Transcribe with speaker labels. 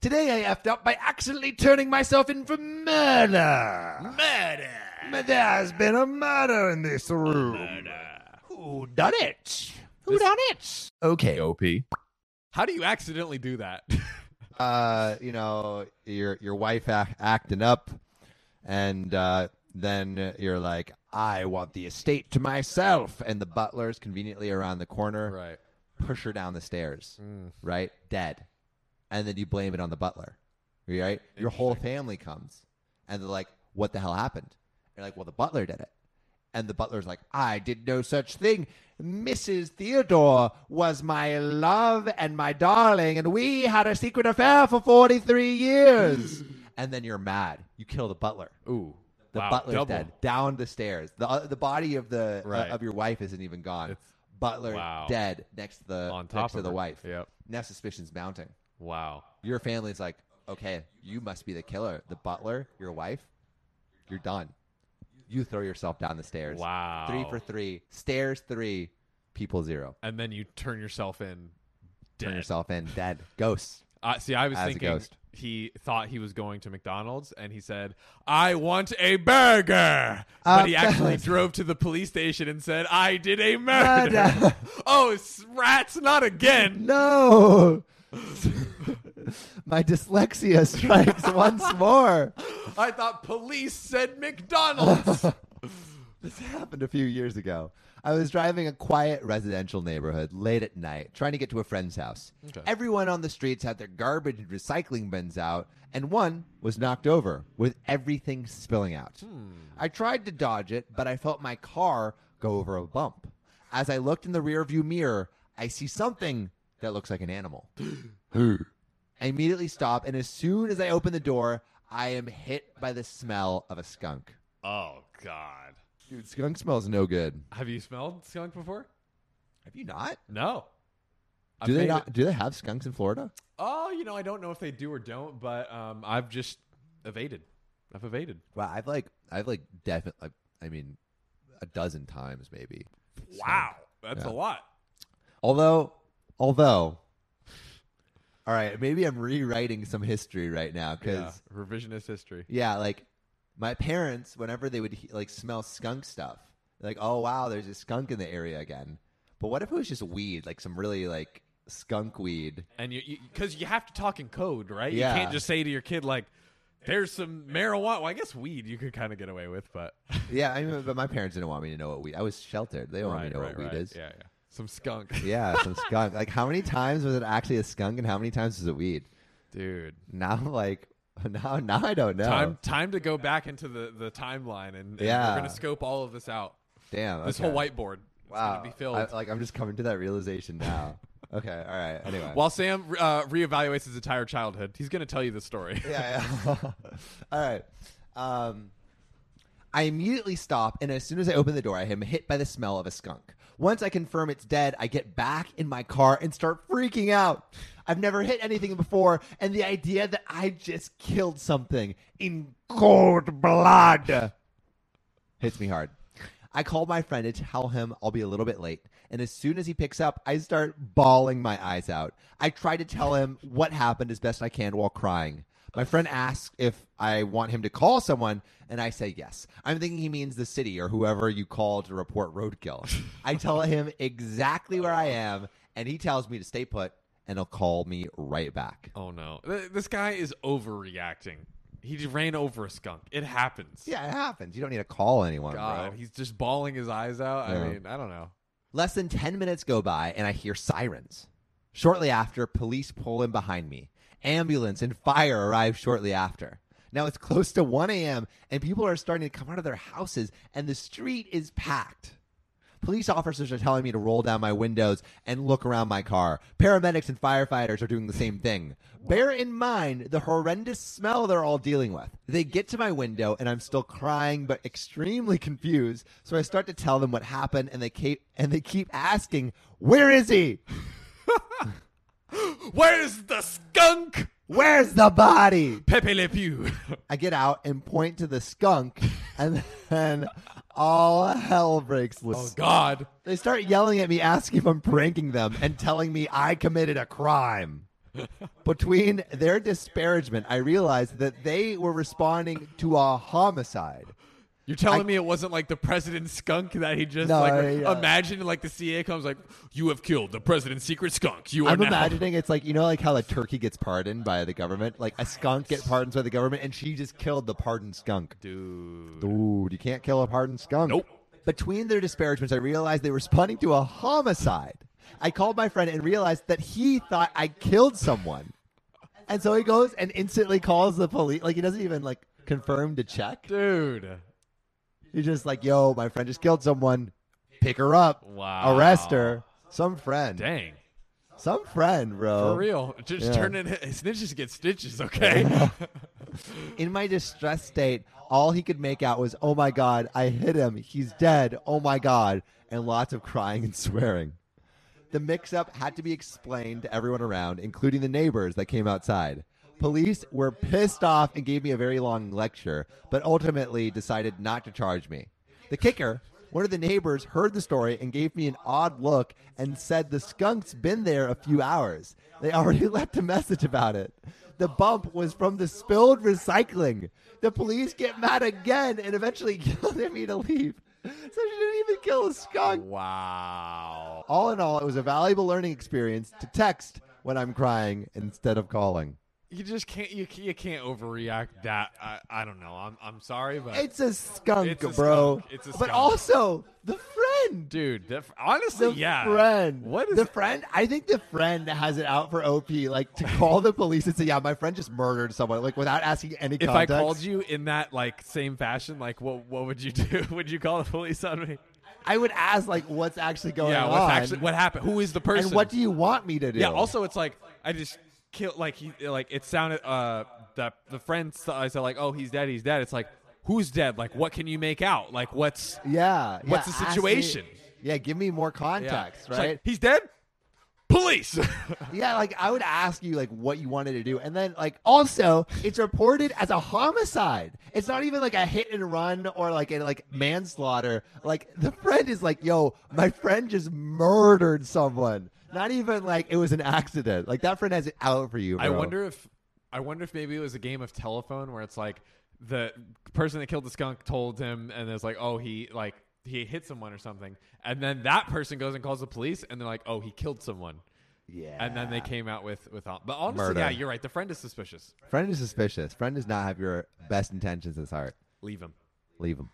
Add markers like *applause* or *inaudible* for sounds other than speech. Speaker 1: Today I effed up by accidentally turning myself in for murder.
Speaker 2: Murder.
Speaker 1: But there's been a murder in this room. Who done it? Who
Speaker 2: This-
Speaker 1: done it? Okay, OP.
Speaker 2: How do you accidentally do that? *laughs*
Speaker 3: uh, you know, your your wife ac acting up, and uh, then you're like, I want the estate to myself, and the butler's conveniently around the corner.
Speaker 2: right.
Speaker 3: Push her down the stairs, right? Dead, and then you blame it on the butler, right? Your whole family comes, and they're like, "What the hell happened?" And you're like, "Well, the butler did it." And the butler's like, I did no such thing. Mrs. Theodore was my love and my darling, and we had a secret affair for 43 years. and then you're mad. You kill the butler.
Speaker 2: Ooh.
Speaker 3: The
Speaker 2: Wow,
Speaker 3: butler's
Speaker 2: double.
Speaker 3: dead. Down the stairs. The, uh, the body of the
Speaker 2: Right.
Speaker 3: uh, of your wife isn't even gone.
Speaker 2: It's-
Speaker 3: butler
Speaker 2: wow.
Speaker 3: dead next to the
Speaker 2: On top
Speaker 3: next to
Speaker 2: of
Speaker 3: the
Speaker 2: her.
Speaker 3: wife.
Speaker 2: Yep.
Speaker 3: Now suspicion's mounting.
Speaker 2: Wow.
Speaker 3: Your family's like, okay, you must be the killer. The butler, your wife, you're done. You throw yourself down the stairs.
Speaker 2: Wow.
Speaker 3: Three for three. Stairs three. People zero.
Speaker 2: And then you turn yourself in.
Speaker 3: Turn
Speaker 2: dead.
Speaker 3: yourself in.
Speaker 2: *laughs*
Speaker 3: Dead. Ghosts.
Speaker 2: Uh, see, I was
Speaker 3: as a
Speaker 2: thinking
Speaker 3: ghost.
Speaker 2: he thought he was going to McDonald's, and he said, "I want a burger," but
Speaker 3: Uh,
Speaker 2: he actually
Speaker 3: *laughs*
Speaker 2: drove to the police station and said, "I did a murder."
Speaker 3: Murder.
Speaker 2: *laughs* oh, s- rats! Not again.
Speaker 3: No. *laughs* My dyslexia strikes once more.
Speaker 2: I thought police said McDonald's.
Speaker 3: *laughs* This happened a few years ago. I was driving a quiet residential neighborhood late at night, trying to get to a friend's house. Everyone on the streets had their garbage and recycling bins out, and one was knocked over with everything spilling out. I tried to dodge it, but I felt my car go over a bump. As I looked in the rearview mirror, I see something that looks like an animal. I immediately stop, and as soon as I open the door, I am hit by the smell of a skunk.
Speaker 2: oh God!
Speaker 3: Dude, skunk smells no good.
Speaker 2: Have you smelled skunk before?
Speaker 3: Have you not?
Speaker 2: No.
Speaker 3: Do
Speaker 2: I've
Speaker 3: they
Speaker 2: made
Speaker 3: not?
Speaker 2: it-
Speaker 3: Do they have skunks in Florida?
Speaker 2: Oh, you know, I don't know if they do or don't, but um, I've just evaded. I've evaded.
Speaker 3: Well, I've like, I've like, definitely. I mean, a dozen times maybe.
Speaker 2: Wow, that's a lot.
Speaker 3: Although, although, all right, maybe I'm rewriting some history right now
Speaker 2: Yeah,
Speaker 3: because
Speaker 2: revisionist history.
Speaker 3: yeah. like my parents, whenever they would he- like smell skunk stuff, they're like, oh wow, there's a skunk in the area again. But what if it was just weed, like some really like skunk weed?
Speaker 2: and you because you, have to talk in code, right?
Speaker 3: Yeah.
Speaker 2: You can't just say to your kid like, "There's some marijuana." Well, I guess weed you could kind of get away with,
Speaker 3: *laughs*
Speaker 2: but
Speaker 3: Yeah, I mean, but my parents didn't want me to know what weed. I was sheltered. They don't want me
Speaker 2: right,
Speaker 3: to know
Speaker 2: right,
Speaker 3: what
Speaker 2: right.
Speaker 3: weed is.
Speaker 2: Yeah, yeah. Some skunk,
Speaker 3: Yeah, some skunk. Like, how many times was it actually a skunk, and how many times was it weed?
Speaker 2: dude.
Speaker 3: Now, *laughs* like, now, now I don't know.
Speaker 2: *laughs* Time time to go back into the the timeline, and, and
Speaker 3: Yeah.
Speaker 2: we're gonna scope all of this out.
Speaker 3: Damn,
Speaker 2: This
Speaker 3: okay.
Speaker 2: whole whiteboard, it's
Speaker 3: wow,
Speaker 2: gonna be filled.
Speaker 3: I- like, I'm just coming to that
Speaker 2: *laughs*
Speaker 3: realization now. okay, all right. Anyway,
Speaker 2: While Sam uh, reevaluates his entire childhood, he's gonna tell you the story.
Speaker 3: *laughs* yeah, yeah. all right. Um, I immediately stop, and as soon as I open the door, I am hit by the smell of a skunk. Once I confirm it's dead, I get back in my car and start freaking out. I've never hit anything before, and the idea that I just killed something in cold blood hits me hard. I call my friend to tell him I'll be a little bit late, and as soon as he picks up, I start bawling my eyes out. I try to tell him what happened as best I can while crying. My friend asks if I want him to call someone, and I say yes. I'm thinking he means the city or whoever you call to report roadkill. I tell him exactly where I am, and he tells me to stay put, and he'll call me right back.
Speaker 2: Oh no, Th- this guy is overreacting. He just ran over a skunk. It happens.
Speaker 3: Yeah, it happens. You don't need to call anyone.
Speaker 2: God,
Speaker 3: bro.
Speaker 2: he's just bawling his eyes out.
Speaker 3: Yeah.
Speaker 2: I mean, I don't know.
Speaker 3: Less than 10 minutes go by, and I hear sirens. Shortly after, police pull in behind me. Ambulance and fire arrive shortly after. Now it's close to 1 a.m., and people are starting to come out of their houses, and the street is packed. Police officers are telling me to roll down my windows and look around my car. Paramedics and firefighters are doing the same thing. Bear in mind the horrendous smell they're all dealing with. They get to my window and I'm still crying but extremely *laughs* confused, so I start to tell them what happened and they keep and they keep asking, "Where is he?
Speaker 2: Where's the skunk?
Speaker 3: Where's the body?"
Speaker 2: Pepe Le Pew. *laughs*
Speaker 3: I get out and point to the skunk and *laughs* then all hell breaks loose.
Speaker 2: Oh God.
Speaker 3: They start yelling at me, asking if I'm pranking them, and telling me I committed a crime. Between their disparagement, I realized that they were responding to a homicide.
Speaker 2: You're telling me it wasn't like the president skunk that he just
Speaker 3: No,
Speaker 2: like
Speaker 3: yeah.
Speaker 2: imagine like the CA comes like you have killed the president's secret skunk. You are
Speaker 3: I'm
Speaker 2: now
Speaker 3: imagining it's like you know, like how a turkey gets pardoned by the government, like a skunk get pardoned by the government, and she just killed the pardoned skunk.
Speaker 2: dude.
Speaker 3: Dude, you can't kill a hardened skunk.
Speaker 2: Nope.
Speaker 3: Between their disparagements, I realized they were responding to a homicide. I called my friend and realized that he thought I killed someone. And so he goes and instantly calls the police. Like he doesn't even like confirm to check.
Speaker 2: *laughs* Dude.
Speaker 3: He's just like, "Yo, my friend just killed someone. Pick her up.
Speaker 2: Wow.
Speaker 3: Arrest her. Some friend.
Speaker 2: Dang.
Speaker 3: Some friend, bro.
Speaker 2: For real. Just
Speaker 3: yeah.
Speaker 2: turn in snitches get stitches,
Speaker 3: *laughs*
Speaker 2: okay?
Speaker 3: In my distress state, all he could make out was, "Oh my god, I hit him. He's dead. Oh my god." And lots of crying and swearing. The mix-up had to be explained to everyone around, including the neighbors that came outside. Police were pissed off and gave me a very long lecture, but ultimately decided not to charge me. The kicker, one of the neighbors heard the story and gave me an odd look and said the skunk's been there a few hours. They already *laughs* left a message about it. The bump was from the spilled recycling. The police get mad again and eventually *laughs* yelled at me to leave. So she didn't even kill a
Speaker 2: *laughs*
Speaker 3: skunk.
Speaker 2: wow.
Speaker 3: All in all, it was a valuable learning experience to text when I'm crying instead of calling.
Speaker 2: You just can't you you can't overreact that I, I don't know. I'm I'm sorry but
Speaker 3: It's a skunk,
Speaker 2: It's a
Speaker 3: bro.
Speaker 2: skunk. It's a
Speaker 3: But
Speaker 2: skunk.
Speaker 3: also, the friend.
Speaker 2: dude, that, honestly,
Speaker 3: The
Speaker 2: yeah.
Speaker 3: friend.
Speaker 2: What is
Speaker 3: the friend? I think the friend has it out for OP, like to call the police and say, "Yeah, my friend just murdered someone," like without asking any.
Speaker 2: if
Speaker 3: context.
Speaker 2: I called you in that like same fashion, like what what would you *laughs* do? would you call the police on me?
Speaker 3: I would ask like, "What's actually going
Speaker 2: yeah,
Speaker 3: on?"
Speaker 2: what's actually what happened? Who is the person?
Speaker 3: and what do you want me to do?
Speaker 2: yeah. Also, it's like I just kill like he like it sounded uh the the friend s- I said like oh he's dead he's dead. It's like who's dead? Like what can you make out? Like what's
Speaker 3: yeah.
Speaker 2: What's
Speaker 3: yeah,
Speaker 2: the
Speaker 3: ask me-
Speaker 2: situation?
Speaker 3: yeah, give me more
Speaker 2: yeah.
Speaker 3: context,
Speaker 2: It's like,
Speaker 3: right?
Speaker 2: he's dead. Police. *laughs*
Speaker 3: Yeah, like I would ask you like what you wanted to do, and then like also it's reported as a homicide. It's not even like a hit and run or like a like manslaughter. Like the friend is like, "Yo, my friend just murdered someone." Not even like it was an accident. Like that friend has it out for you.
Speaker 2: I
Speaker 3: bro.
Speaker 2: wonder if I wonder if maybe it was a game of telephone where it's like the person that killed the skunk told him and it's like, oh he like he hit someone or something. And then that person goes and calls the police and they're like, oh he killed someone.
Speaker 3: Yeah.
Speaker 2: And then they came out with with but honestly,
Speaker 3: Murder.
Speaker 2: yeah, you're right. The friend is suspicious.
Speaker 3: friend is suspicious. Friend does not have your best intentions at heart.
Speaker 2: Leave him.
Speaker 3: Leave him.